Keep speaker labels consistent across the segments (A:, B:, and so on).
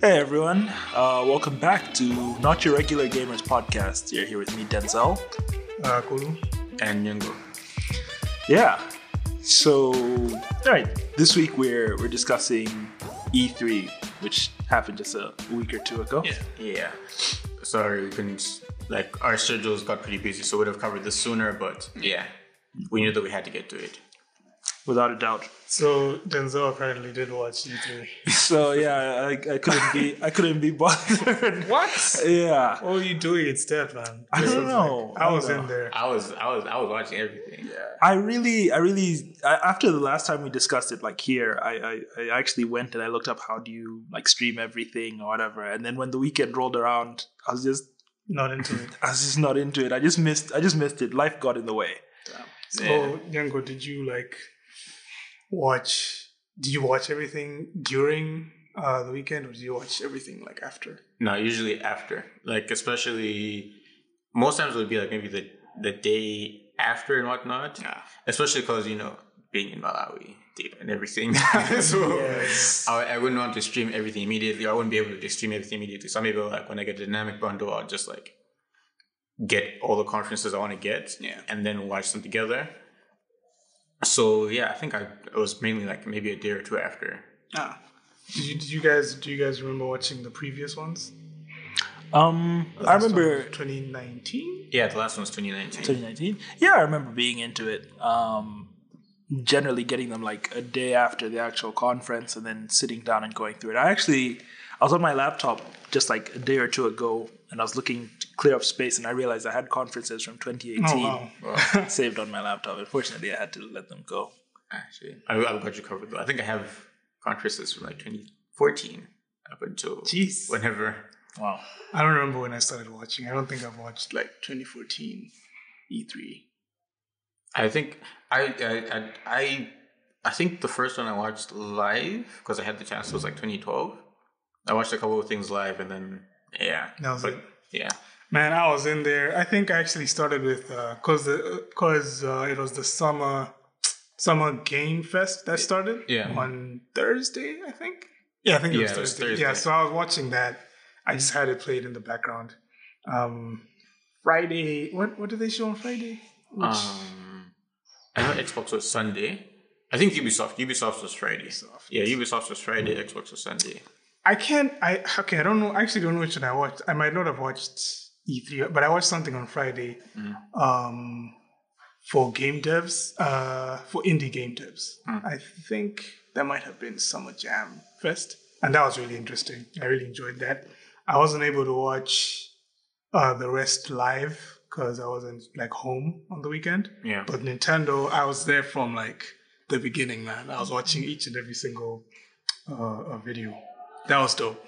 A: Hey everyone, uh, welcome back to Not Your Regular Gamers podcast. You're here with me, Denzel,
B: Uh, Kulu.
A: and Nyungo. Yeah. So, all right, this week we're we're discussing E3, which happened just a week or two ago.
C: Yeah.
A: Yeah.
C: Sorry, we couldn't. Like our schedules got pretty busy, so we'd have covered this sooner. But yeah, we knew that we had to get to it.
A: Without a doubt.
B: So Denzel apparently did watch E3.
A: So yeah, I, I couldn't be I couldn't be bothered.
C: What?
A: yeah.
B: What were Oh, you doing instead, man?
A: I
B: This
A: don't
B: was
A: know.
B: like- I was
A: I don't
B: in there.
C: I was, I was, I was watching everything. Yeah.
A: I really, I really, I, after the last time we discussed it, like here, I, I, I actually went and I looked up how do you like stream everything or whatever. And then when the weekend rolled around, I was just,
B: Not into it.
A: I was just not into it. I just missed, I just missed it. Life got in the way.
B: So
C: Yeah.
B: Yango, did you like watch? Did you watch everything during uh, the weekend, or did you watch everything like after?
C: No, usually after. Like especially, most times it would be like maybe the the day after and whatnot.
B: Yeah.
C: Especially because you know being in Malawi, data and everything. so
B: Yes.
C: I, I wouldn't want to stream everything immediately. I wouldn't be able to stream everything immediately. So maybe like when I get a dynamic bundle, I'll just like get all the conferences I want to get
B: Yeah.
C: and then watch them together. So yeah, I think I it was mainly like maybe a day or two after.
B: Ah. Did you, did you guys? Do you guys remember watching the previous ones?
A: Um, I remember
B: 2019.
C: Yeah, the last one was 2019.
A: 2019. Yeah, I remember being into it. Um, generally getting them like a day after the actual conference and then sitting down and going through it. I actually, I was on my laptop just like a day or two ago and I was looking to clear up space and I realized I had conferences from 2018
B: Oh wow.
A: saved on my laptop. Unfortunately, I had to let them go.
C: Actually, I, I've got you covered though. I think I have conferences from like 2014 up until
B: Jeez.
C: whenever.
A: Wow.
B: I don't remember when I started watching. I don't think I've watched like E 2014 E3.
C: I think I I I I, I think the first one I watched live because I had the chance was like 2012. I watched a couple of things live and then yeah,
B: That was
C: but,
B: it.
C: yeah.
B: Man, I was in there. I think I actually started with because the because uh, it was the summer summer game fest that started.
C: Yeah.
B: On Thursday, I think. Yeah, I think it,
C: Yeah,
B: was,
C: it was
B: Thursday.
C: Thursday.
B: Yeah, so I was watching that. I just had it played in the background. Um, Friday. What what did they show on Friday? Which,
C: Um, I know Xbox was Sunday. I think Ubisoft. Ubisoft was Friday.
B: Ubisoft,
C: yeah, Ubisoft was Friday. Xbox was Sunday.
B: I can't. I okay. I don't know. I actually don't know which one I watched. I might not have watched E three, but I watched something on Friday, um, for game devs, uh, for indie game devs. I think that might have been Summer Jam Fest, and that was really interesting. I really enjoyed that. I wasn't able to watch uh, the rest live because I wasn't like home on the weekend.
C: Yeah.
B: But Nintendo, I was there from like the beginning, man. I was watching each and every single uh, uh, video. That was dope.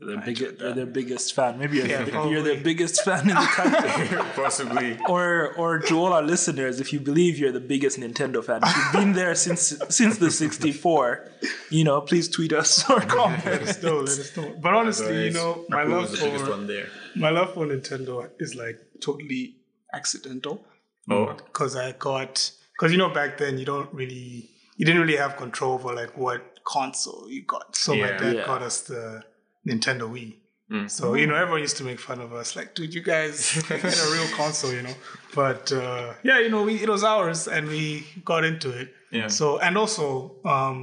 A: They're, big, they're their biggest fan. Maybe you're,
B: Yeah,
A: you're
B: probably.
A: their biggest fan in the country.
C: Possibly.
A: or, or to all our listeners, if you believe you're the biggest Nintendo fan, if you've been there since since the 64, you know, please tweet us or comment.
B: Let us know. Let us know. But honestly, you know, my
C: Who
B: love
C: was the biggest
B: for
C: one there?
B: my love for Nintendo is like totally accidental
C: Oh,
B: because I got because you know back then you don't really you didn't really have control over like what console you got. So my
C: Yeah.
B: dad
A: Yeah.
B: got us the Nintendo Wii.
C: Mm.
B: So you know everyone used to make fun of us, like, dude, you guys get a real console, you know. But uh, yeah, you know, we, it was ours, and we got into it.
C: yeah.
B: So and also, um,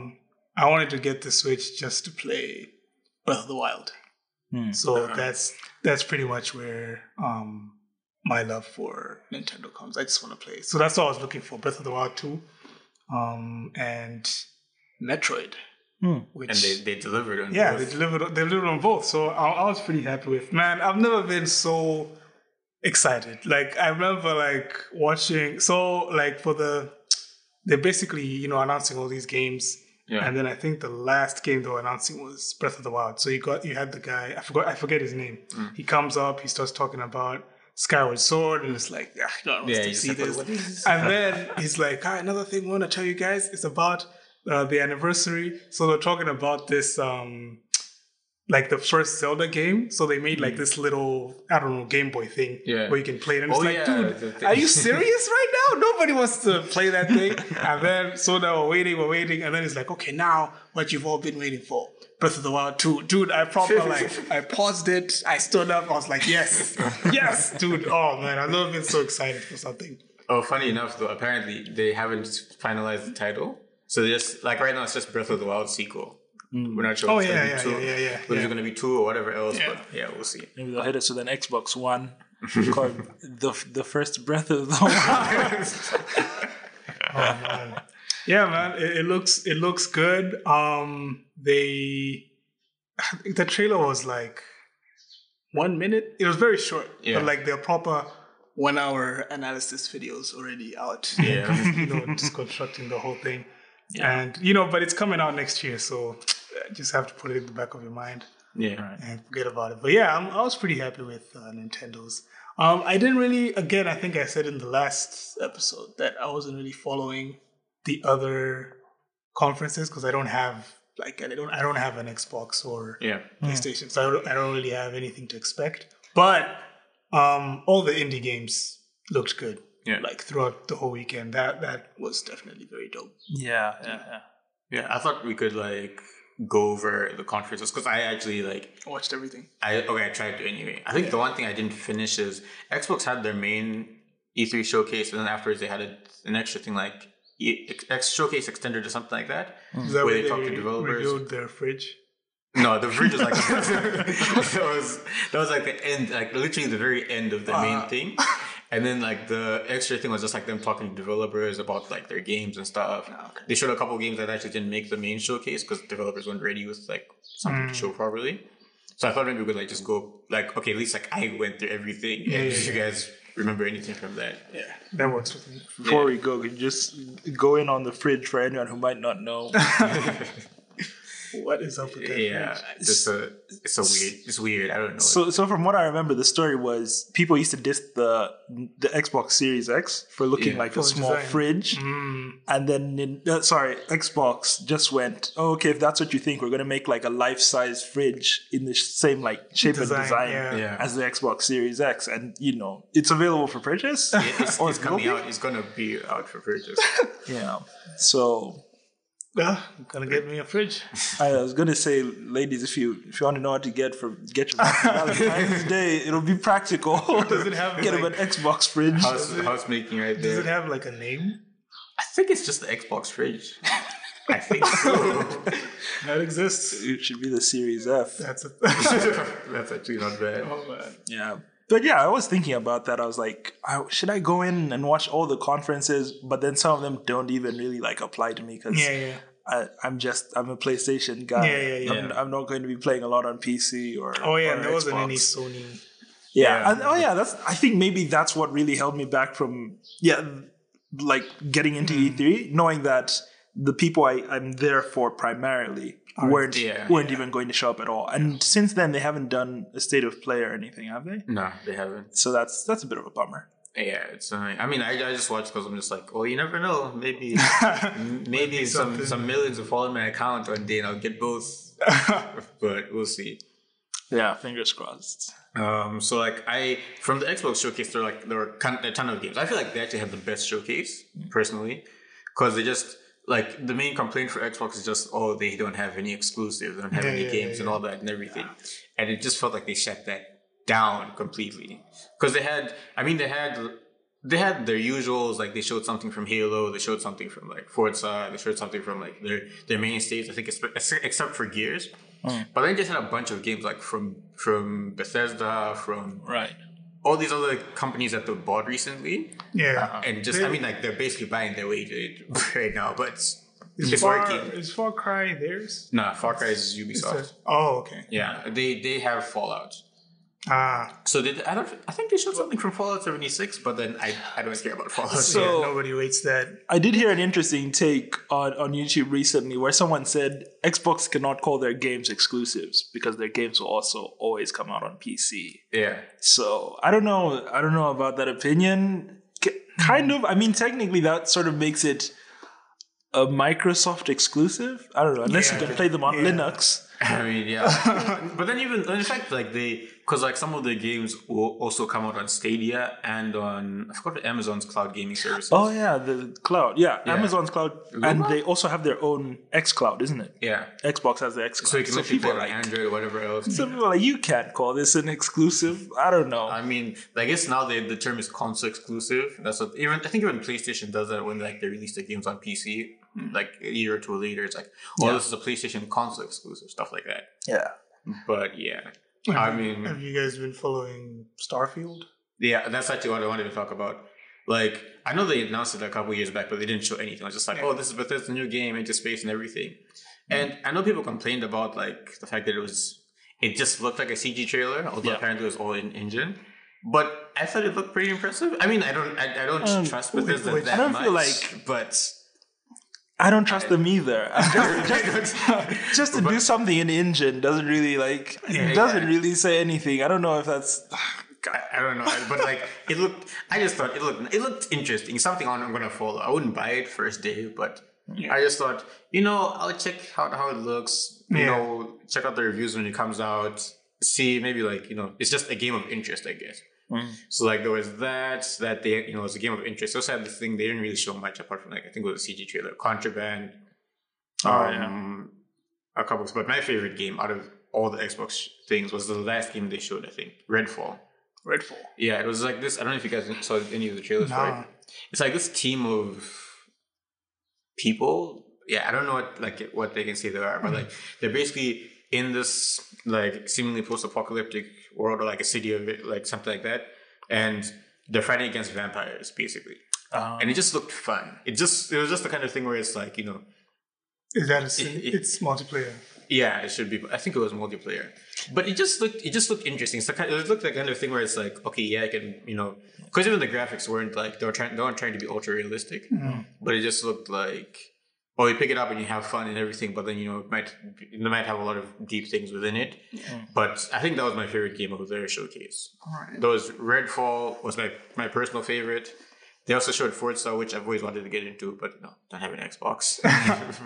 B: I wanted to get the Switch just to play Breath of the Wild.
A: Hmm.
B: So that's that's pretty much where um, my love for Nintendo comes. I just want to play. So that's what I was looking for: Breath of the Wild two, um, and Metroid.
A: Hmm.
B: Which
C: and they, they delivered on
B: yeah,
C: both.
B: they delivered. They delivered on both. So I, I was pretty happy with. Man, I've never been so excited. Like I remember, like watching. So like for the, they're basically you know announcing all these games,
C: Yeah.
B: and then I think the last game they were announcing was Breath of the Wild. So you got you had the guy. I forgot. I forget his name.
C: Mm.
B: He comes up. He starts talking about Skyward Sword, and it's like, ah, God, I want
C: Yeah,
B: to
C: you
B: see
C: said,
B: this.
C: "What is this?"
B: And then he's like, ah, another thing I want to tell you guys is about uh, the anniversary. So they're talking about this um, like the first Zelda game. So they made like this little I don't know Game Boy thing
C: Mm. Yeah.
B: where you can play it. And
C: Oh,
B: it's like,
C: yeah, the
B: dude,
C: thing.
B: are you serious right now? Nobody wants to play that thing. and then so now we're waiting, we're waiting, and then it's like, okay, now what you've all been waiting for. Breath of the Wild 2. Dude, I proper like I paused it, I stood up, I was like, yes, yes, dude. Oh man, I've never been so excited for something.
C: Oh, funny enough, though, apparently they haven't finalized the title. So they just like right now, it's just Breath of the Wild sequel. We're not sure.
B: Oh,
C: it's
B: yeah,
C: gonna
B: yeah,
C: be two,
B: yeah, yeah, yeah,
C: Whether
B: yeah.
C: it's gonna be two or whatever else,
B: Yeah.
C: but Mm. yeah, we'll see.
A: Maybe they'll hit us with an Xbox One called the the first breath of the wild.
B: Yeah, man, it, it looks it looks good. Um, they the trailer was like one minute. It was very short,
C: Yeah.
B: but like their proper one hour analysis videos already out.
C: Yeah.
B: you know, just constructing the whole thing,
A: Yeah.
B: and you know, but it's coming out next year, so just have to put it in the back of your mind
C: yeah.
B: and forget about it. But yeah, I'm, I was pretty happy with uh, Nintendo's. Um, I didn't really, again, I think I said in the last episode that I wasn't really following the other conferences because I don't have like I don't I don't have an Xbox or
C: Yeah.
B: PlayStation, so I don't, I don't really have anything to expect. But um, all the indie games looked good.
C: Yeah.
B: Like throughout the whole weekend, that that was definitely very dope.
A: Yeah, yeah, yeah.
C: Yeah. I thought we could like go over the conferences because I actually like
B: I watched everything.
C: I okay, I tried to anyway. I think the one thing I didn't finish is Xbox had their main E3 showcase, and then afterwards they had a, an extra thing like E- X showcase extended or something like that.
B: Is that
C: Where
B: where
C: they talk to developers.
B: revealed their fridge.
C: No, the fridge was like that was that was like the end, like literally the very end of the main thing, and then like the extra thing was just like them talking to developers about like their games and stuff. They showed a couple games that actually didn't make the main showcase because developers weren't ready with like something to show properly. So I thought maybe we could like just go like okay, at least like I went through everything, and if you guys remember anything from that,
B: Yeah, that works with me.
A: Before we go, could you just go in on the fridge for anyone who might not know.
B: What is up with that?
C: yeah, it's just a it's a weird, it's weird. I don't know.
A: So, so from what I remember, the story was people used to diss the the Xbox Series X for looking
C: Yeah.
A: like
B: For
A: a small
B: design.
A: fridge,
C: Hmm.
A: and then in, uh, sorry, Xbox just went, oh, okay, if that's what you think, we're gonna make like a life size fridge in the same like shape
B: Design,
A: and design
B: yeah.
C: Yeah.
A: as the Xbox Series X, and you know it's available for purchase.
C: it's,
A: or
C: it's
A: it will
C: coming
A: oh, be.
C: out. It's gonna be out for purchase.
A: Yeah. So
B: Yeah, I'm gonna get me a fridge.
A: I was gonna say, ladies, if you if you want to know what to get for get your Valentine's Day, it'll be practical.
B: Does it have,
A: get
B: like-
A: him an Xbox fridge?
C: House, house making right
B: Does
C: there.
B: it have like a name?
C: I think it's just the Xbox fridge. I think so.
B: That exists.
A: It should be the Series F.
B: That's a
C: That's actually not bad.
B: oh man.
A: Yeah. But yeah, I was thinking about that. I was like, I, should I go in and watch all the conferences? But then some of them don't even really like apply to me because
B: Yeah, yeah.
A: I'm just I'm a PlayStation guy.
B: Yeah, yeah, yeah.
A: I'm, I'm not going to be playing a lot on PC or
B: Oh yeah,
A: or
B: and there wasn't
A: Xbox.
B: any Sony.
A: Yeah.
C: Yeah.
A: And- oh yeah, that's I think maybe that's what really held me back from yeah, like getting into
B: Hmm.
A: E3, knowing that the people I, I'm there for primarily weren't
C: yeah,
A: weren't even going to show up at all. And since then they haven't done a state of play or anything, have they?
C: No, they haven't.
A: So that's that's a bit of a bummer.
C: Yeah, it's annoying. I mean, I, I just watched because I'm just like, well, you never know. Maybe, maybe some some millions will fall in my account one day and I'll get both. but we'll see.
A: Yeah, fingers crossed.
C: Um, so like I from the Xbox showcase, there like there were con- a ton of games. I feel like they actually had the best showcase
B: Mm.
C: personally, because they just like the main complaint for Xbox is just oh they don't have any exclusives, they don't have any
B: yeah,
C: games and all that and everything, and it just felt like they shut that down completely because they had I mean they had they had their usuals like they showed something from Halo, they showed something from like Forza, they showed something from like their their mainstays. I think it's, except for Gears. But then they just had a bunch of games like from from Bethesda, from
A: Right.
C: all these other companies that they bought recently,
B: Yeah.
C: and just I mean like they're basically buying their way to it right now, but it's, it's
B: Far,
C: working.
B: is Far Cry theirs?
C: Nah, Far Cry is Ubisoft.
B: Oh okay.
C: Yeah, they they have Fallout.
B: Ah,
C: So did I don't I think they showed something from Fallout 76, but then I, I don't care about Fallout.
A: So-
B: yeah, nobody waits that.
A: I did hear an interesting take on, on YouTube recently where someone said Xbox cannot call their games exclusives because their games will also always come out on PC.
C: yeah.
A: So I don't know. I don't know about that opinion. K- kind of. I mean, technically, that sort of makes it a Microsoft exclusive. I don't know. Unless
B: Yeah.
A: you can play them on
B: Yeah.
A: Linux,
C: I mean, yeah. but then even in fact, like they, because like some of the games will also come out on Stadia and on I forgot Amazon's cloud gaming services.
A: Oh yeah, the cloud. Yeah,
C: Yeah.
A: Amazon's cloud, and they also have their own X Cloud, isn't it?
C: Yeah.
A: Xbox has the X Cloud.
C: So you can literally
A: people
C: play
A: are
C: like
A: like,
C: Android or whatever else.
A: some people are like, you can't call this an exclusive. I don't know.
C: I mean, I guess now they, the term is console exclusive. That's what even I think even PlayStation does that when like they release the games on PC,
A: Hmm.
C: like a year or two later, it's like, oh, this is a PlayStation console exclusive stuff like that.
A: yeah.
C: But yeah, I mean,
B: Have you guys been following Starfield?
C: yeah, that's actually what I wanted to talk about. Like, I know they announced it a couple years back, but they didn't show anything. I was just like, oh, this is Bethesda's new game, into space and everything.
A: Mm-hmm.
C: And I know people complained about like the fact that it was, it just looked like a CG trailer, although
A: Yeah.
C: apparently it was all in engine. But I thought it looked pretty impressive. I mean, I don't, I, I don't
A: Um,
C: trust Bethesda
B: wait,
C: that
A: I don't
C: much.
A: feel like-
C: but
A: I don't trust them either. I'm just,
C: I
A: just-
C: don't-
A: just to do something in engine doesn't really like
C: Yeah.
A: it doesn't really say anything. I don't know if that's
C: I, I don't know, but like it looked. I just thought it looked. It looked interesting. Something I'm, I'm gonna follow. I wouldn't buy it first day, but I just thought, you know, I'll check out how it looks. You
B: Yeah.
C: know, check out the reviews when it comes out. See, maybe like you know, it's just a game of interest, I guess. So like there was that that they you know it was a game of interest. They also had this thing they didn't really show much apart from like I think it was a CG trailer, contraband.
A: Oh,
C: um, a couple. But my favorite game out of all the Xbox things was the last game they showed. I think Redfall.
A: Redfall.
C: Yeah, it was like this. I don't know if you guys saw any of the trailers for
B: No.
C: it. It's like this team of people. Yeah, I don't know what like what they can say they are, but like they're basically in this like seemingly post-apocalyptic world or like a city of it, like something like that, and they're fighting against vampires basically. And it just looked fun. It just it was just the kind of thing where it's like you know
B: Is that a sin?
C: It- it-
B: it's multiplayer?
C: yeah, it should be. I think it was multiplayer, but it just looked it just looked interesting. It's the kind, it looked like the kind of thing where it's like, okay, yeah, I can, you know, because even the graphics weren't like they were trying they weren't trying to be ultra realistic, but it just looked like, oh, you pick it up and you have fun and everything, but then you know it might it might have a lot of deep things within it. But I think that was my favorite game of their showcase.
B: Alright.
C: Those Redfall was my my personal favorite. They also showed Forza, which I've always wanted to get into, but no, don't have an Xbox.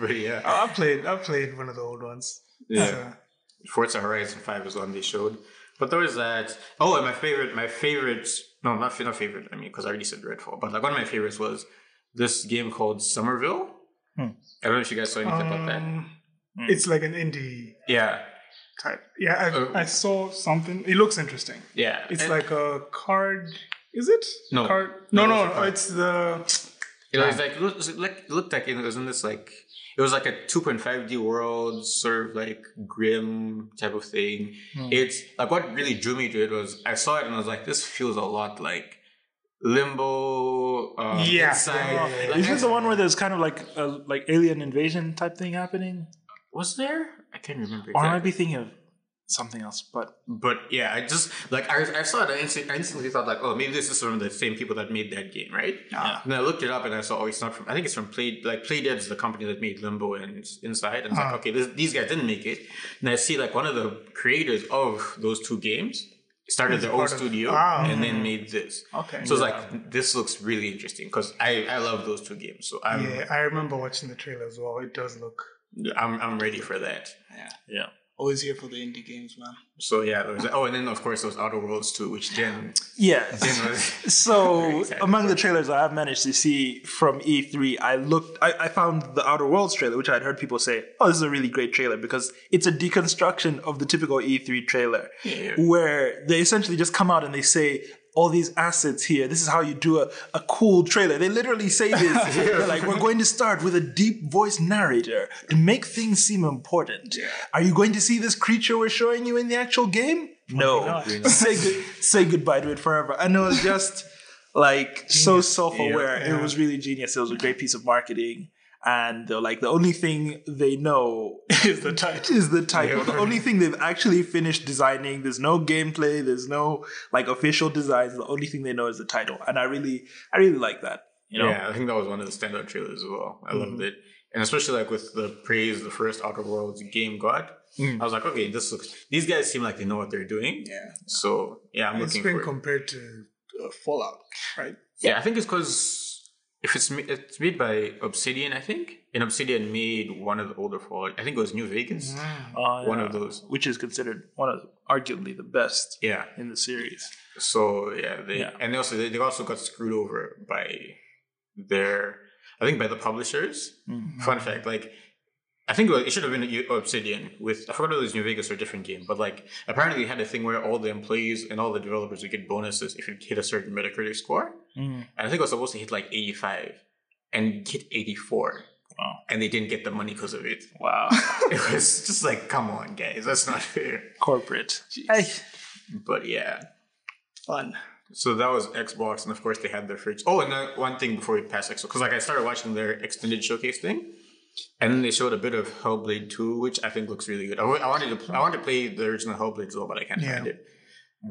C: but yeah.
B: I I played. I played one of the old ones.
C: Yeah.
B: So,
C: Forza Horizon Five is one they showed. But there was that. Oh, and my favorite, my favorite. No, not not favorite. I mean, because I already said Redfall. But like one of my favorites was this game called Somerville. I don't know if you guys saw anything about that.
B: Hmm.
C: Hmm.
B: um, It's like an indie
C: Yeah,
B: type. Yeah, I,
C: Oh.
B: I saw something. It looks interesting.
C: yeah.
B: It's
C: And-
B: like a card. Is it?
C: No.
B: Card?
C: No,
B: No,
C: it's
B: no,
C: a card.
B: it's the.
C: It was like it was like it looked like it was in this like it was like a 2.5D world, sort of like grim type of thing.
B: Hmm.
C: It's like what really drew me to it was I saw it and I was like, this feels a lot like Limbo. Um,
B: Yeah.
C: Inside.
B: Yeah, yeah, yeah.
C: Like,
A: Is this the one where there's kind of like a like alien invasion type thing happening?
C: was there? I can't remember.
A: Or I
C: Exactly.
A: might be thinking of something else, but
C: But yeah, I just like I, I saw it. I instantly, I instantly thought like, oh, maybe this is from the same people that made that game, right?
B: Ah.
C: And I looked it up and I saw, oh, it's not from. I think it's from Play. Like Playdead is the company that made Limbo and Inside. And I was
B: Uh-huh.
C: like, okay, this, these guys didn't make it. And I see like one of the creators of those two games started their own
B: part of-
C: studio
B: Ah.
C: and then made this.
B: Okay.
C: So it's like this looks really interesting because I I love those two games. So I'm
B: Yeah, I remember watching the trailer as well. It does look.
C: I'm I'm ready for that.
B: Yeah.
A: yeah.
B: Always here for the indie games, man.
C: So yeah, there was oh, and then of course those Outer Worlds too, which then
A: Yes.
C: then was.
A: So
C: excited
A: among the trailers I have managed to see from E3, I looked I, I found the Outer Worlds trailer, which I'd heard people say, Oh, this is a really great trailer because it's a deconstruction of the typical E3 trailer.
C: Yeah.
A: Where they essentially just come out and they say all these assets here. This is how you do a, a cool trailer. They literally say this. They're like, we're going to start with a deep voice narrator to make things seem important. Are you going to see this creature we're showing you in the actual game? No. say, good, say goodbye to it forever. And it was just like so self aware. It was really genius. It was a great piece of marketing. And they're like, the only thing they know
B: Is the title.
A: is the title. The only thing they've actually finished designing. There's no gameplay. There's no like official designs. The only thing they know is the title, and I really, I really like that. You know, Mm-hmm.
C: Yeah, I think that was one of the standout trailers as well. I loved it, and especially like with the praise the first Outer Worlds game got.
A: Mm.
C: I was like, okay, this looks. These guys seem like they know what they're doing.
B: Yeah.
C: So yeah, I'm
B: It's
C: looking
B: been
C: for. it.
B: compared to uh, Fallout, right?
C: yeah, I think it's because if it's ma- it's made by Obsidian, I think. And Obsidian made one of the older Fallout. I think it was New Vegas.
B: Oh,
A: Uh,
C: One
A: yeah,
C: of those.
A: which is considered one of arguably the best
C: Yeah.
A: in the series.
C: So yeah, they
A: Yeah.
C: and they also they, they also got screwed over by their I think by the publishers.
B: Mm-hmm.
C: Fun fact, like I think it was- it should have been U- Obsidian with I forgot if it was New Vegas or a different game, but like apparently they had a thing where all the employees and all the developers would get bonuses if you hit a certain Metacritic score.
A: Mm.
C: And I think it was supposed to hit like eighty five and hit eighty four.
A: Wow.
C: And they didn't get the money because of it.
A: Wow,
C: It was just like, come on, guys, that's not fair.
A: corporate. Hey.
C: But yeah.
B: Fun.
C: So that was Xbox, and of course they had their fridge. Oh, and uh, one thing before we pass Xbox, because like I started watching their extended showcase thing, and then they showed a bit of Hellblade Two, which I think looks really good. I, wa- I wanted to, pl- I wanted to play the original Hellblade as well, but I can't
B: Yeah.
C: find it.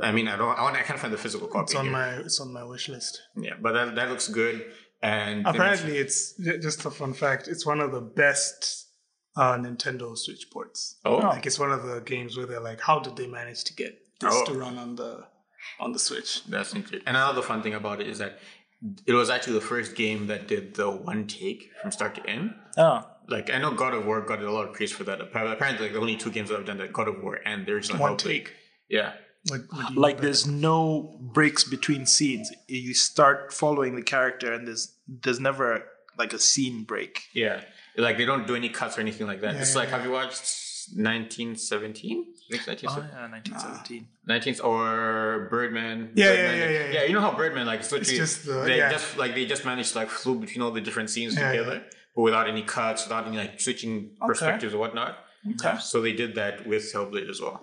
C: I mean, I don't, I, want, I can't find the physical copy.
B: It's on
C: here.
B: my it's on my wish list.
C: yeah, but that, that looks good. And they
B: Apparently, it's ju- just a fun fact. It's one of the best uh, Nintendo Switch ports.
C: mentioned- oh,
B: Like it's one of the games where they're like, how did they manage to get this
C: Oh.
B: to run on the on the Switch?
C: that's interesting. And another fun thing about it is that it was actually the first game that did the one take from start to end.
A: Oh,
C: Like I know God of War got a lot of praise for that. Apparently, apparently, like the only two games that I've done that God of War and the original
B: One
C: Hellblade.
B: take.
C: Yeah,
B: Like, what do you
A: like
B: know about
A: there's no breaks between scenes. You start following the character, and there's there's never like a scene break.
C: yeah. Like they don't do any cuts or anything like that.
B: Yeah,
C: it's
B: yeah,
C: like have you watched 1917? I think it's
A: Oh
B: Uh,
C: 1917.
A: yeah, 1917.
C: 19 or Birdman.
B: Yeah, yeah,
C: Birdman.
B: yeah, yeah, yeah.
C: you know how Birdman like it's literally
B: just the-
C: they
B: yeah.
C: just like they just managed to like flew between all the different scenes
B: Yeah,
C: together, but without any cuts, without any like switching perspectives or whatnot.
B: Okay.
C: So they did that with Hellblade as well.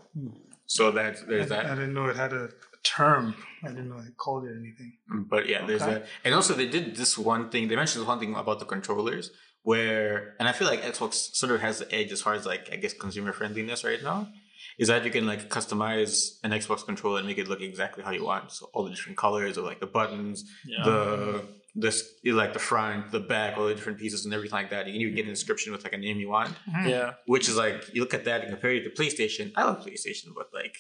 C: So that there's
B: Hmm. that?
C: that.
B: I didn't know it had a term. I didn't know it called it anything.
C: But yeah, there's that. And also, they did this one thing. They mentioned this one thing about the controllers, where, and I feel like Xbox sort of has the edge as far as like I guess consumer friendliness right now, is that you can like customize an Xbox controller and make it look exactly how you want. So all the different colors of like the buttons,
A: Yeah.
C: the this like the front, the back, all the different pieces and everything like that. You can even get an inscription with like a name you want,
A: Yeah.
C: which is like you look at that and compare it to PlayStation. I love PlayStation, but like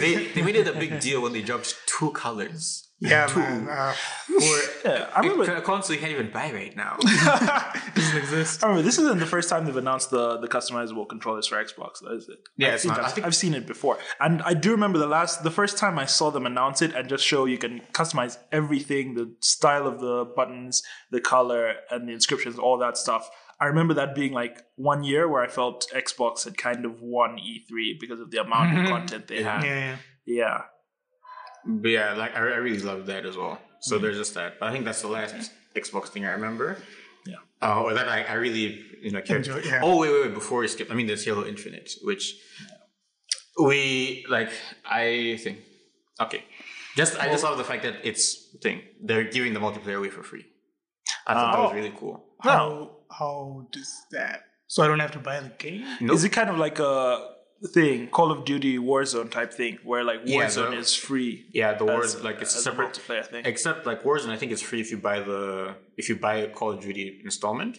C: they they made it a big deal when they dropped two colors.
B: Yeah,
C: two.
B: man. Uh,
C: Or
A: Yeah, I remember.
C: a console you can't even buy right now.
B: doesn't exist.
A: I remember this isn't the first time they've announced the, the customizable controllers for Xbox, though, is it?
C: Yeah,
A: I've
C: it's
A: seen
C: not-
A: that-
C: I think-
A: I've seen it before, and I do remember the last the first time I saw them announce it and just show you can customize everything, the style of the buttons, the color, and the inscriptions, all that stuff. I remember that being like one year where I felt Xbox had kind of won E3 because of the amount
C: Mm-hmm.
A: of content they
B: Yeah,
A: had.
B: yeah.
A: Yeah,
C: but yeah, like I, I really love that as well. So there's just that. But I think that's the last Xbox thing I remember.
A: Yeah.
C: Oh, or that I, I really you know cared.
B: Enjoy- yeah.
C: Oh wait, wait, wait. Before we skip, I mean there's Halo Infinite, which we like. I think okay. Just I just love the fact that it's thing they're giving the multiplayer away for free.
A: Uh,
C: I thought that was really cool.
B: How how does that? So I don't have to buy the game.
C: Nope.
A: is it kind of like a thing, Call of Duty Warzone type thing, where like
C: Yeah,
A: Warzone
C: the-
A: is free?
C: Yeah, the
A: as-
C: wars like it's a
A: as
C: separate
A: multiplayer thing.
C: Except like Warzone, I think it's free if you buy the if you buy a Call of Duty installment.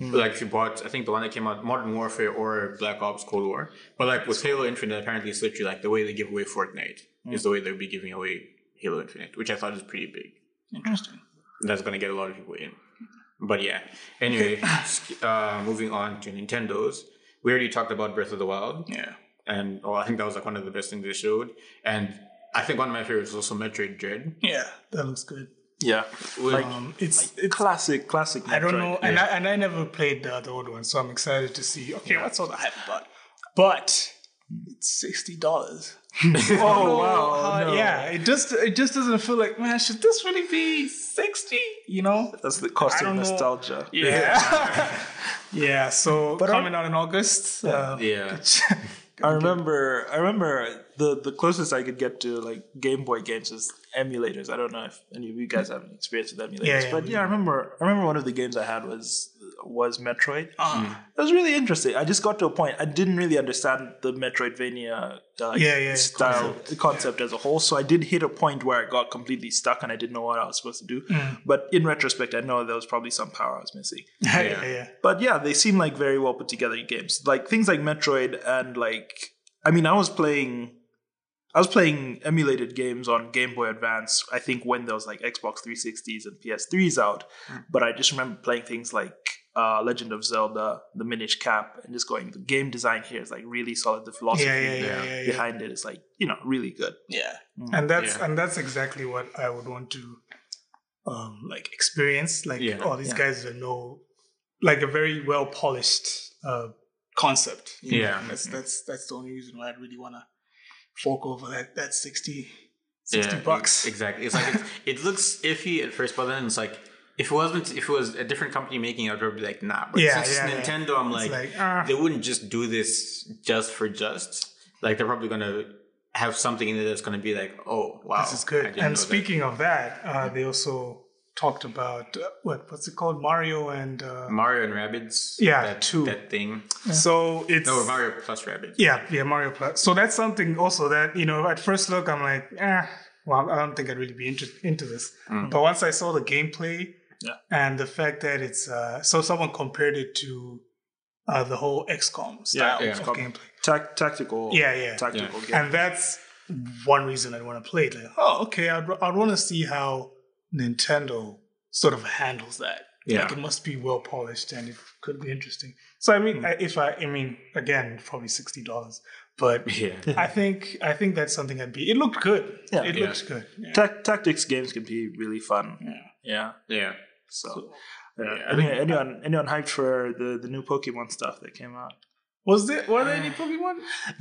C: Like if you bought, I think the one that came out, Modern Warfare or Black Ops Cold War. But like with Halo Infinite, apparently it's literally like the way they give away Fortnite is the way they'll be giving away Halo Infinite, which I thought is pretty big.
B: Interesting.
C: That's gonna get a lot of people in. But yeah. Anyway, uh, moving on to Nintendo's. We already talked about Breath of the Wild
B: Yeah.
C: and oh, I think that was like one of the best things they showed. And I think one of my favorites was also Metroid Dread.
B: Yeah, that looks good.
A: Yeah,
C: Like,
B: Um, it's it's.
A: classic, classic.
B: I don't
A: Metroid.
B: know, and I and I never played the, the old one, so I'm excited to see. Okay, what's all the hype about? But it's sixty dollars.
A: Oh wow!
B: Uh, Yeah, it just it just doesn't feel like man. Should this really be sixty? You know?
A: That's the cost
B: I
A: of
B: don't know.
A: nostalgia.
B: Yeah. yeah. So
A: I-
B: coming out in August. Uh,
C: Yeah.
A: I remember. I remember the the closest I could get to like Game Boy games is emulators. I don't know if any of you guys have any experience with emulators,
B: Yeah, yeah,
A: but
B: we-
A: yeah, I remember. I remember one of the games I had was was Metroid.
B: Ah.
C: Mm.
A: It was really interesting. I just got to a point I didn't really understand the Metroidvania uh,
B: Yeah, yeah,
A: style concept, as a whole. So I did hit a point where I got completely stuck and I didn't know what I was supposed to do.
B: Mm.
A: But in retrospect, I know there was probably some power I was missing.
B: yeah,
C: Yeah.
B: yeah, yeah.
A: But yeah, they seem like very well put together games. Like things like Metroid and like I mean, I was playing I was playing emulated games on Game Boy Advance. I think when there was like Xbox 360s and PS3s out,
B: Hmm.
A: but I just remember playing things like uh, Legend of Zelda, The Minish Cap, and just going. The game design here is like really solid. The philosophy
B: yeah, yeah, yeah, yeah, Mm. yeah.
A: behind it is like you know really good.
C: Yeah.
B: and that's
C: Yeah.
B: and that's exactly what I would want to um like experience like
C: Yeah.
B: all these
A: Yeah.
B: guys that know like a very well polished uh concept you know?
C: Yeah.
B: that's that's that's the only reason why I'd really want to fork over that that 60
C: Yeah,
B: 60 bucks
C: e- Exactly. It's like it's, it looks iffy at first, but then it's like if it wasn't if it was a different company making it, I'd probably be like, nah. But
B: Yeah,
C: since it's
B: yeah, yeah.
C: Nintendo, I'm
B: It's
C: like,
B: like, ah.
C: they wouldn't just do this just for just. Like they're probably gonna have something in there that's gonna be like, oh wow,
B: this is
C: I
B: good
C: didn't know
B: and
C: that.
B: speaking of that uh they also talked about uh, what what's it called Mario and uh
C: Mario and Rabbids,
B: Yeah,
C: that,
B: two.
C: that thing.
B: so it's
C: No, Mario plus Rabbids.
B: Yeah, yeah, Mario Plus. So that's something also that you know at first look I'm like, eh, well, I don't think I'd really be inter- into this.
C: Mm.
B: But once I saw the gameplay
A: Yeah.
B: and the fact that it's uh, so someone compared it to uh, the whole XCOM style
C: yeah,
B: of
C: XCOM.
B: gameplay,
A: Tac- tactical.
B: Yeah, yeah.
A: Tactical game.
B: and that's one reason I'd want to play it. Like, oh, okay, I'd I'd want to see how Nintendo sort of handles that.
C: Yeah.
B: Like it must be well polished and it could be interesting. So I
C: Hmm.
B: mean, I if I, I mean, again, probably sixty dollars, but
C: Yeah.
B: I think I think that's something I'd be. It looked good.
A: Yeah.
B: it
C: Yeah.
B: looks good. Yeah.
A: Tac- tactics games can be really fun. Yeah.
C: Yeah.
A: So,
C: Yeah, I
A: I mean, anyone anyone hyped for the the new Pokemon stuff that came out?
B: Was there were there any Pokemon?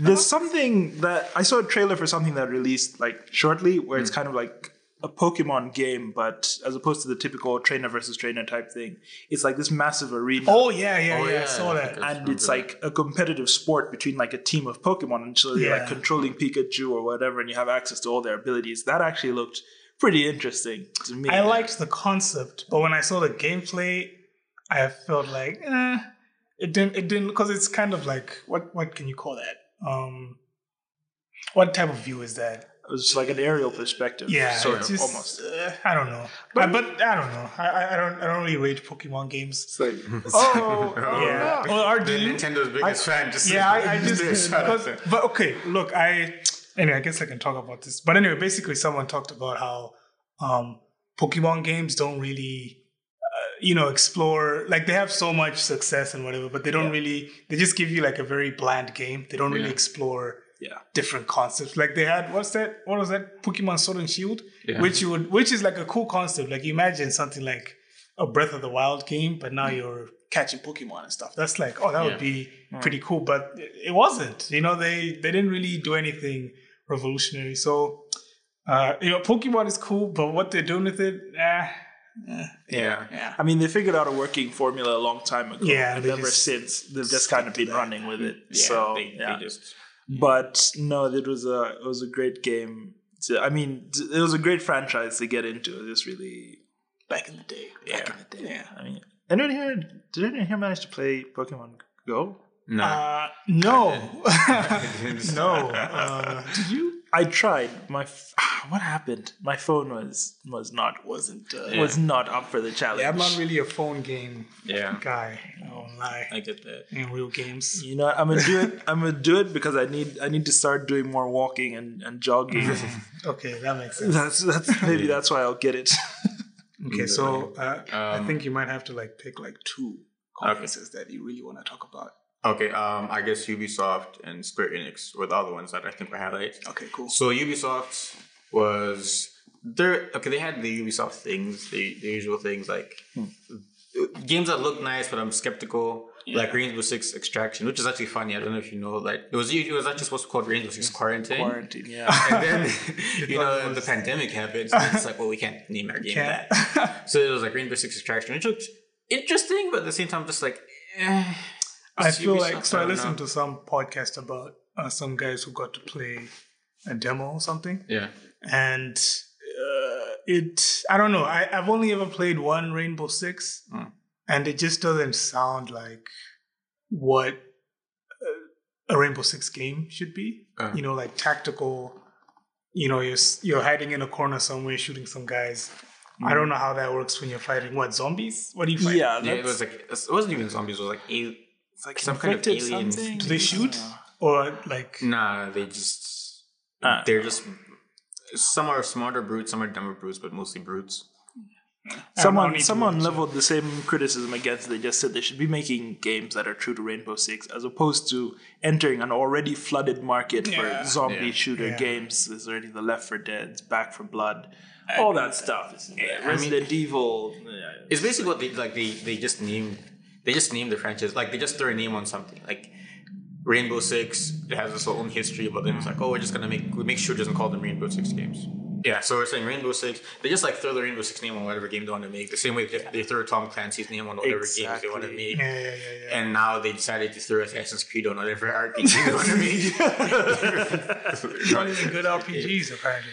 A: There's something that I saw a trailer for something that released like shortly, where
B: Hmm.
A: it's kind of like a Pokemon game, but as opposed to the typical trainer versus trainer type thing, it's like this massive arena.
B: Oh yeah, yeah,
C: Oh,
B: yeah,
C: yeah,
B: I saw
C: I
B: that.
C: think I-
A: and it's like a competitive sport between like a team of Pokemon, and so you're like
B: Yeah.
A: controlling Pikachu or whatever, and you have access to all their abilities. That actually looked pretty interesting to me.
B: I liked the concept, but when I saw the gameplay, I felt like eh, it didn't. It didn't because it's kind of like what what can you call that? Um, what type of view is that?
A: it was like an aerial perspective.
B: Yeah,
A: sort
B: it's
A: of
B: just,
A: almost.
B: uh, I don't know, but, but I don't know. I, I- I don't I don't really rate Pokemon games.
A: It's like,
B: Hmm.
A: oh,
B: Yeah,
A: yeah.
B: well, are
C: The
B: you?
C: Nintendo's biggest fan just
B: Yeah, I, I just
C: Shout out
B: because,
C: to-
B: but okay, look, I anyway, I guess I can talk about this. But anyway, basically, someone talked about how um, Pokemon games don't really, uh, you know, explore like they have so much success and whatever, but they don't really. They just give you like a very bland game. They don't really
C: Yeah.
B: explore
A: Yeah.
B: different concepts. Like they had what's that? What was that? Pokemon Sword and Shield,
C: Yeah.
B: which you would, which is like a cool concept. Like you imagine something like a Breath of the Wild game, but now you're catching Pokemon and stuff. That's like, oh, that would
C: Yeah.
B: be pretty cool. But it it wasn't. You know, they they didn't really do anything revolutionary. So, uh, you know, Pokemon is cool, but what they're doing with it, eh,
C: yeah.
B: yeah.
A: I mean, they figured out a working formula a long time ago.
B: Yeah,
A: and
B: they
A: ever
B: just
A: since they've just kind of been running with it.
C: Yeah,
A: so,
C: they,
A: yeah.
C: they just
A: but no, it was a it was a great game. To, I mean, t- it was a great franchise to get into. It was really
B: Back in the day.
A: back
C: Yeah.
A: in the day. I mean, anyone here? Did anyone here manage to play Pokemon Go?
C: no.
B: Uh, no,
C: didn't.
B: no. Uh, did you?
A: I tried. My f- what happened? My phone was was not
B: Wasn't. Uh,
A: was not up for the challenge.
B: yeah, I'm not really a phone game
C: yeah.
B: guy. I won't lie.
C: I get that.
B: in real games.
A: You know, I'm gonna do it. I'm gonna do it because I need I need to start doing more walking and, and jogging.
B: Okay, that makes sense.
A: that's that's maybe that's why I'll get it.
B: Okay, so uh, I
C: Um,
B: think you might have to like pick like two conferences that you really want to talk about.
C: Okay, um, I guess Ubisoft and Square Enix were the other ones that I think were highlights.
B: Okay, cool.
C: So Ubisoft was there. Okay, they had the Ubisoft things, the, the usual things like games that look nice, but I'm skeptical. Like Rainbow Six Extraction, which is actually funny. I don't know if you know, like it was it was actually supposed to be called Rainbow Six Quarantine.
A: Quarantine, yeah.
C: And then you
B: thought
C: know
B: it
C: the
B: was-
C: pandemic happened, so it's like, well, we can't name our game
B: Can't-
C: that. So it was like Rainbow Six Extraction, which looked interesting, but at the same time, just like. Eh,
B: I
C: it's
B: feel
C: Ubisoft,
B: like so. I
C: don't
B: listened
C: know.
B: to some podcast about uh, some guys who got to play a demo or something,
C: yeah,
B: and uh, it. I don't know. I, I've only ever played one Rainbow Six,
C: Mm.
B: and it just doesn't sound like what uh, a Rainbow Six game should be.
C: Uh.
B: You know, like tactical. You know, you're s- you're hiding in a corner somewhere, shooting some guys. I don't know how that works when you're fighting what zombies. What do you fight?
A: yeah,
C: yeah. It was
A: that's-
C: like it wasn't even zombies. It was like a,
A: it's like
C: some kind of
A: infected
C: alien-
B: Do they shoot
C: Hmm.
A: Uh,
B: or like?
C: nah. They just
A: Ah.
C: They're just some are smarter brutes, some are dumber brutes, but mostly brutes.
A: Someone
B: need to
A: someone
B: watch it.
A: leveled the same criticism against. it. They just said they should be making games that are true to Rainbow Six, as opposed to entering an already flooded market
B: Yeah.
A: for zombie
C: Yeah.
A: shooter
B: Yeah.
A: games. There's already the Left for Dead's, Back for Blood, all that stuff. Resident Evil.
C: It's basically what they like. They they just named they just named the franchise like they just threw a name on something like Rainbow Six. It has its own history, but then it's like oh we're just gonna make we make shooters and call them Rainbow Six games. Yeah, so we're saying Rainbow Six. They just like throw the Rainbow Six name on whatever game they want to make. The same way they, they throw Tom Clancy's name on whatever games they want to
A: Exactly.
C: make.
B: Yeah, yeah, yeah, yeah.
C: And now they decided to throw Assassin's Creed on whatever RPG they want to
B: Not even
C: make.
B: good RPGs apparently.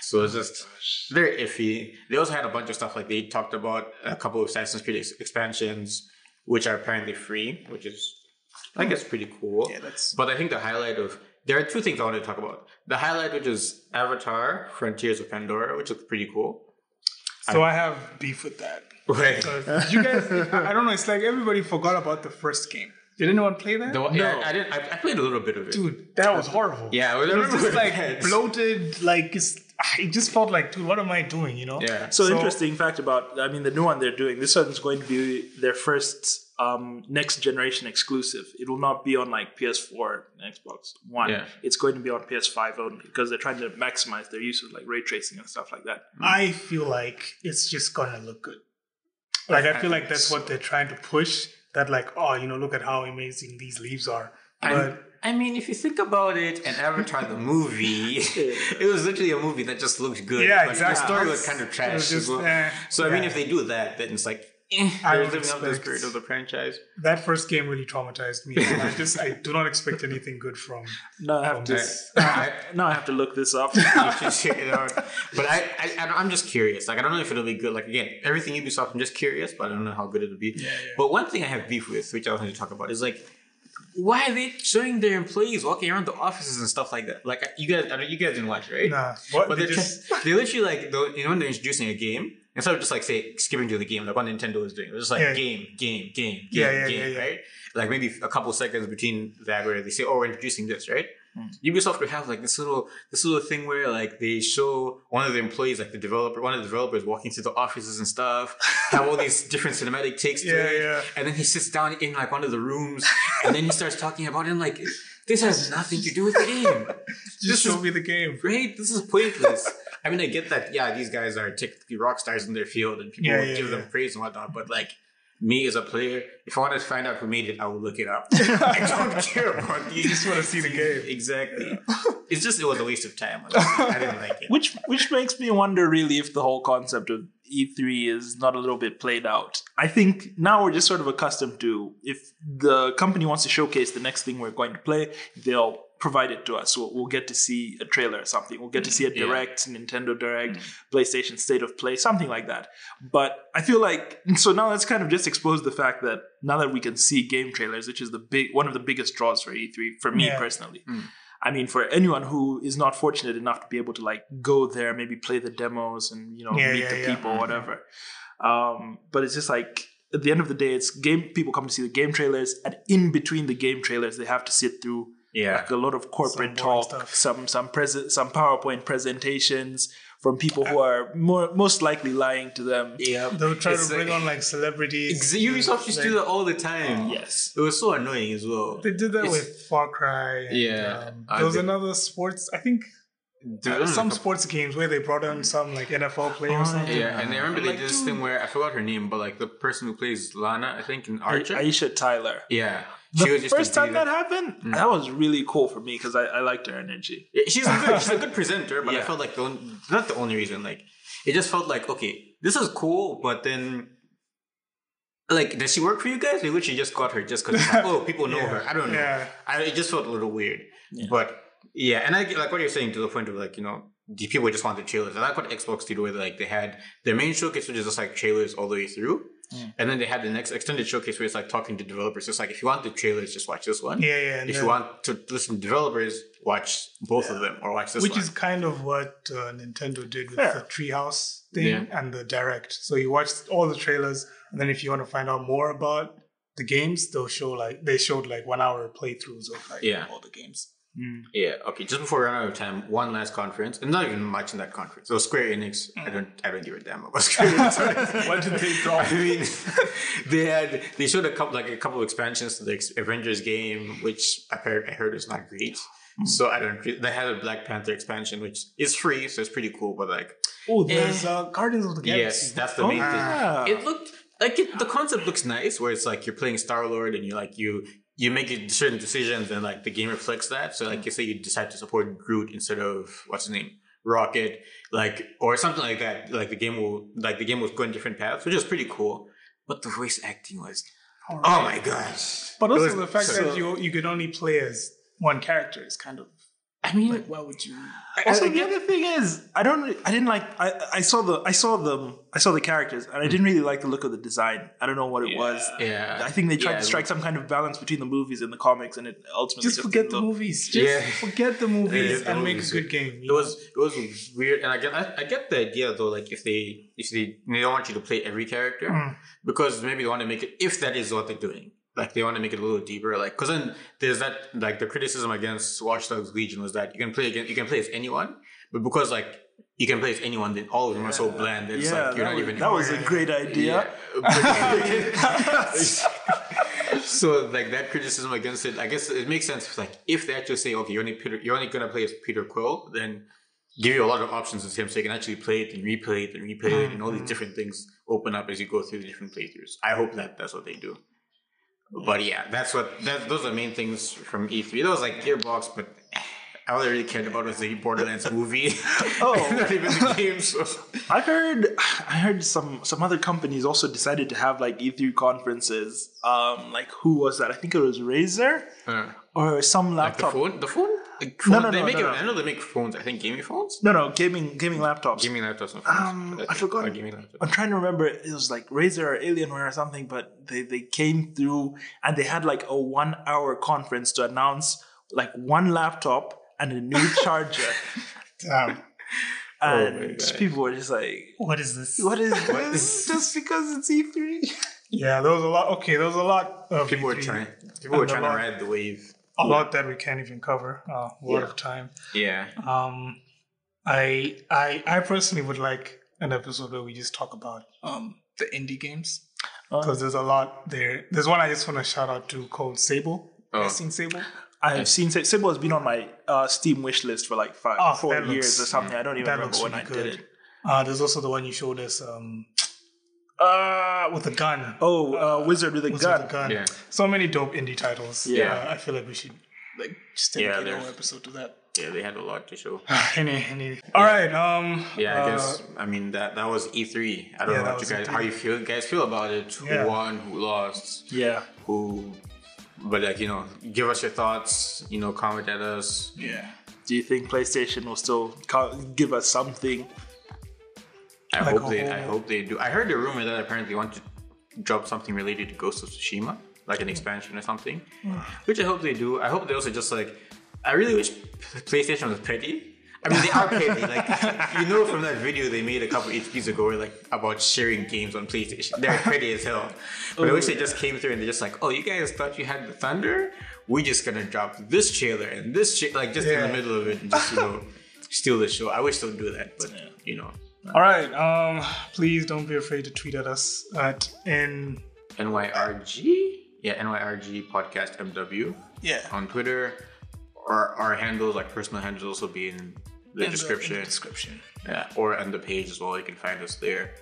C: So it's just they're iffy. They also had a bunch of stuff like they talked about a couple of Assassin's Creed ex- expansions, which are apparently free, which is I think that's pretty cool.
B: Yeah, that's-
C: But I think the highlight of there are two things I wanted to talk about. The highlight, which is Avatar: Frontiers of Pandora, which looks pretty cool.
B: So I have beef with that.
C: Right.
B: Because you guys, I I don't know. It's like everybody forgot about the first game. Did anyone play that?
C: The, one- yeah, I, I didn't. I, I played a little bit of it.
B: dude, that was horrible.
C: Yeah, I
B: it was
C: remember
B: just like
C: that.
B: bloated. Like it's, it just felt like, dude, what am I doing? You know?
C: Yeah.
A: So,
B: So-
A: interesting fact about I mean the new one they're doing. This one's going to be their first um, next generation exclusive. It will not be on like PS4 and Xbox One.
C: Yeah.
A: It's going to be on PS5 only because they're trying to maximize their use of like ray tracing and stuff like that.
B: I feel like it's just gonna look good. Like I feel like that's what they're trying to push. That like, oh, you know, look at how amazing these leaves are.
C: I,
B: But
C: I mean, if you think about it, and Avatar the movie, it was literally a movie that just looked good.
B: Yeah,
C: but
B: exactly.
C: The story was kind of
B: It
C: trash.
B: was
C: as
B: just,
C: well.
B: eh,
C: so I mean,
B: yeah.
C: if they do that, then it's like eh,
B: I
C: they're
B: would
C: living up to the
B: expect-
C: spirit of the franchise.
B: that first game really traumatized me. And I just, I do not expect anything good from.
A: No, I have to.
B: this.
C: I-
A: Now I have to look this up.
C: you should check it out. But I, I, I don't- I'm just curious. Like, I don't know if it'll be good. Like, again, everything Ubisoft, I'm just curious, but I don't know how good it'll be. But one thing I have beef with, which I wanted to talk about, is like, why are they showing their employees walking around the offices and stuff like that? Like, you guys, I mean, you guys didn't watch, right?
B: Nah, what?
C: But
B: They
C: they're
B: just-
C: just, they literally like though, you know when they're introducing a game instead of just like say skipping to the game like what Nintendo is doing, they're just like
B: Yeah.
C: game, game, game, game,
B: Yeah, yeah,
C: game,
B: yeah, yeah.
C: right? Like maybe a couple seconds between that where they say, "Oh, we're introducing this," right?
B: Hmm.
C: Ubisoft would have like this little this little thing where like they show one of the employees, like the developer, one of the developers walking through the offices and stuff, have all these different cinematic takes. to
B: Yeah,
C: it,
B: yeah.
C: And then he sits down in like one of the rooms, and then he starts talking about it. And, like this has nothing to do with the game
B: just
C: this
B: show
C: is-
B: me the game.
C: great. This is pointless. I mean, I get that. Yeah, these guys are technically rock stars in their field, and people
B: Yeah,
C: will
B: yeah,
C: give
B: yeah.
C: them praise and whatnot. But like me as a player, if I wanted to find out who made it, I would look it up. I don't care about these.
B: You just want to see the game.
C: Exactly. It's just it was a waste of time. I didn't like it.
A: which which makes me wonder really if the whole concept of E3 is not a little bit played out. I think now we're just sort of accustomed to if the company wants to showcase the next thing we're going to play, they'll provide it to us. We'll, we'll get to see a trailer or something. We'll get to see a
C: Yeah.
A: direct, Nintendo Direct, PlayStation State of Play, something like that. But I feel like so now that's kind of just exposed the fact that now that we can see game trailers, which is the big one of the biggest draws for E3 for me
B: Yeah.
A: personally. I mean, for anyone who is not fortunate enough to be able to like go there, maybe play the demos and you know
B: Yeah,
A: meet
B: yeah,
A: the
B: yeah.
A: people, whatever. Um, but it's just like at the end of the day, it's game. People come to see the game trailers, and in between the game trailers, they have to sit through
C: Yeah.
A: like a lot of corporate
B: Some boring
A: talk,
B: stuff.
A: some some present, some PowerPoint presentations from people who are more most likely lying to them.
C: Yeah.
B: They'll try to bring on like celebrities.
C: Ubisoft used to do that all the time.
A: Yes.
C: It was so annoying as well.
B: They did that
C: It's-
B: with Far Cry. and,
C: Yeah,
B: um,
C: I
B: there was
C: did-
B: another sports. I think uh,
C: Dude, I don't
B: some
C: know.
B: sports games where they brought on some like NFL player
A: Oh,
B: or something.
C: Yeah, and I remember they
B: Like,
C: did this
B: dude.
C: thing where I forgot her name, but like the person who plays Lana, I think in Archer.
A: Aisha Tyler.
C: yeah,
A: The
C: just Mm. a
A: first time
C: diva.
A: that happened, that was really cool for me because I, I liked her energy.
C: Yeah, she's a good, she's a good presenter, but I
A: Yeah.
C: felt like the on- not the only reason. Like, it just felt like okay, this is cool, but then, like, does she work for you guys? Maybe she just got her just because oh, people know
B: Yeah,
C: her. I don't know.
B: yeah.
C: I, it just felt a little weird, but yeah, and I get, like what you're saying to the point of like you know. The people just wanted trailers. I like what Xbox did where like they had their main showcase, which is just like trailers all the way through. And then they had the next extended showcase where it's like talking to developers. It's like if you want the trailers, just watch this one.
B: Yeah, yeah, and
C: If
B: then-
C: you want to listen to developers, watch both of them or watch this
B: Which
C: one.
B: is kind of what uh, Nintendo did with
A: Fair.
B: the Treehouse thing
C: Yeah.
B: and the Direct. So you watched all the trailers, and then if you want to find out more about the games, they'll show like they showed like one hour playthroughs of like
C: Yeah.
B: all the games.
C: Yeah. Okay. Just before we run out of time, one last conference, and not even much in that conference. So Square Enix,
B: Mm.
C: I don't, I don't give a damn about Square Enix.
B: What did they draw?
C: I mean, they had they showed a couple like a couple expansions to the Ex- Avengers game, which I heard I heard is not great.
B: Mm.
C: So I don't. They had a Black Panther expansion, which is free, so it's pretty cool. But like,
B: Oh, there's uh, Guardians of the Galaxy.
C: yes, that's
B: oh,
C: the main thing.
B: Ah.
A: Yeah.
C: it looked like it, the concept looks nice where it's like you're playing star lord and you like you you make certain decisions and like the game reflects that so like you say you decide to support groot instead of what's his name rocket like or something like that like the game will like the game was going different paths which is pretty cool but the voice acting was oh my gosh
B: But
C: It
B: also
C: was-
B: the fact
C: so-
B: that you you can only play as one character is kind of
C: i mean
B: like why would you?
A: Also,
C: I- I
A: the other thing is, I don't, re- I didn't like. I, I saw the, I saw them, I saw the characters, and I didn't really like the look of the design. I don't know what it was.
C: yeah
A: I think they tried
C: Yeah,
A: to strike some kind of balance between the movies and the comics, and it ultimately
B: Just forget
A: didn't
B: the
A: look-
B: movies. Just
C: Yeah.
B: forget the movies
C: the
B: and make a
C: movies.
B: good game.
C: It was it was weird, and I get I, I get the idea though. Like if they if they they don't want you to play every character
A: Mm.
C: because maybe they want to make it if that is what they're doing. Like they want to make it a little deeper. Like because then there's that like the criticism against Watch Dogs Legion was that you can play again you can play as anyone, but because like you can play as anyone, then all of them are so bland. That it's
A: Yeah,
C: like you're
A: that,
C: not
A: was,
C: even
A: that was a great idea.
C: so like that criticism against it, I guess it makes sense. Like if they actually say, okay, you're only Peter, you're only gonna play as Peter Quill, then give you a lot of options as him, so you can actually play it and replay it and replay it, and all
A: Mm-hmm.
C: these different things open up as you go through the different playthroughs. I hope that that's what they do. But yeah, that's what that those are the main things from E E3. Those like Gearbox, but. All I really cared about was the Borderlands movie.
A: Oh.
C: not even the game. So
A: I've heard, I heard some some other companies also decided to have like E3 conferences. Um, like who was that? I think it was Razer or some
C: Uh, the
A: laptop.
C: phone, the phone. Like,
A: No,
C: phone-
A: no,
C: they
A: no,
C: make
A: no,
C: it-
A: no.
C: I know they make phones. I think gaming phones.
A: no, no, gaming gaming laptops.
C: Gaming laptops and phones.
A: Um, I
C: think-
A: forgot.
C: or gaming laptops.
A: I'm trying to remember. It was like Razer or Alienware or something, but they they came through and they had like a one hour conference to announce like one laptop and a new charger,
B: Damn. Oh
A: and
C: God.
A: people were just like,
B: What is this?
A: "What is this? Just because it's E3?"
B: Yeah, there was a lot. Okay, there was a lot of
C: People were
B: E3,
C: trying. People were
B: And a
C: trying to
B: lot-
C: ride the wave.
B: A lot that we can't even cover. Uh, a lot of time.
C: Yeah.
B: Um, I I I personally would like an episode where we just talk about um the indie games
C: Uh-huh.
A: Oh.
B: because there's a lot there. There's one I just want to shout out to called Sable.
C: Oh.
B: I've seen Sable.
A: I've seen Sa- Sable has been on my uh, Steam wish list for like five,
B: Oh,
A: four
B: that looks-
A: years or something. I don't even
B: That
A: remember
B: looks
A: when
B: really
A: I
B: good.
A: did it.
B: Uh, there's also the one you showed us um uh with a gun.
A: Oh, uh, Wizard with a
B: What's
A: gun.
B: with the gun.
C: Yeah.
B: So many dope indie titles.
A: Yeah.
B: Uh, I feel like we should like just
C: Yeah,
B: dedicate a
C: there's-
B: whole episode to that.
C: Yeah, they had a lot to show.
B: any, any. All right. Um.
C: Yeah, I
B: uh,
C: guess. I mean, that that was E3. I don't
B: Yeah,
C: know
B: that
C: what you
B: was
C: guys,
B: E3.
C: how you feel, guys feel about it. Who
B: Yeah.
C: won? Who lost?
A: Yeah.
C: Who? But like you know, give us your thoughts. You know, comment at us.
B: Yeah.
A: Do you think PlayStation will still co- give us something?
C: I
B: Like
C: hope
B: a
C: they. I
B: whole-
C: hope they do. I heard a rumor that apparently want to drop something related to Ghost of Tsushima, like an expansion or something,
B: Hmm.
C: which I hope they do. I hope they also just like. I really wish PlayStation was petty. I mean, they are petty. Like you know from that video they made a couple HPs ago, where, like about sharing games on PlayStation. They're petty as hell. But
B: Oh.
C: I wish they just came through and they're just like, oh, you guys thought you had the thunder? We're just gonna drop this trailer and this, tra-, like just in the
B: Yeah.
C: middle of it, and just you know, steal the show. I wish they'll do that, but you know.
B: All right. Um. Please don't be afraid to tweet at us at n.
C: NYRG? Yeah, NYRG podcast MW
B: Yeah.
C: on Twitter. Our, our handles, like personal handles, will be in the description.
B: description.
C: yeah, or on the page as well. You can find us there.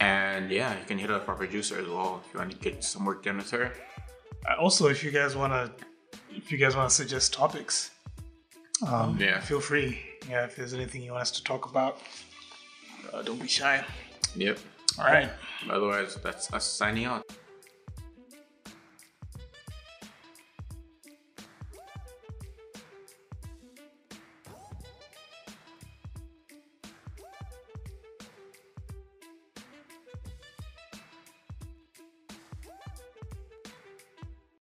C: And yeah, you can hit up our producer as well if you want to get some work done with her.
B: Uh, also, if you guys wanna, if you guys wanna suggest topics, um,
C: Yeah.
B: feel free. Yeah. If there's anything you want us to talk about, uh, don't be shy.
C: Yep.
B: All right.
C: Otherwise, that's us signing out.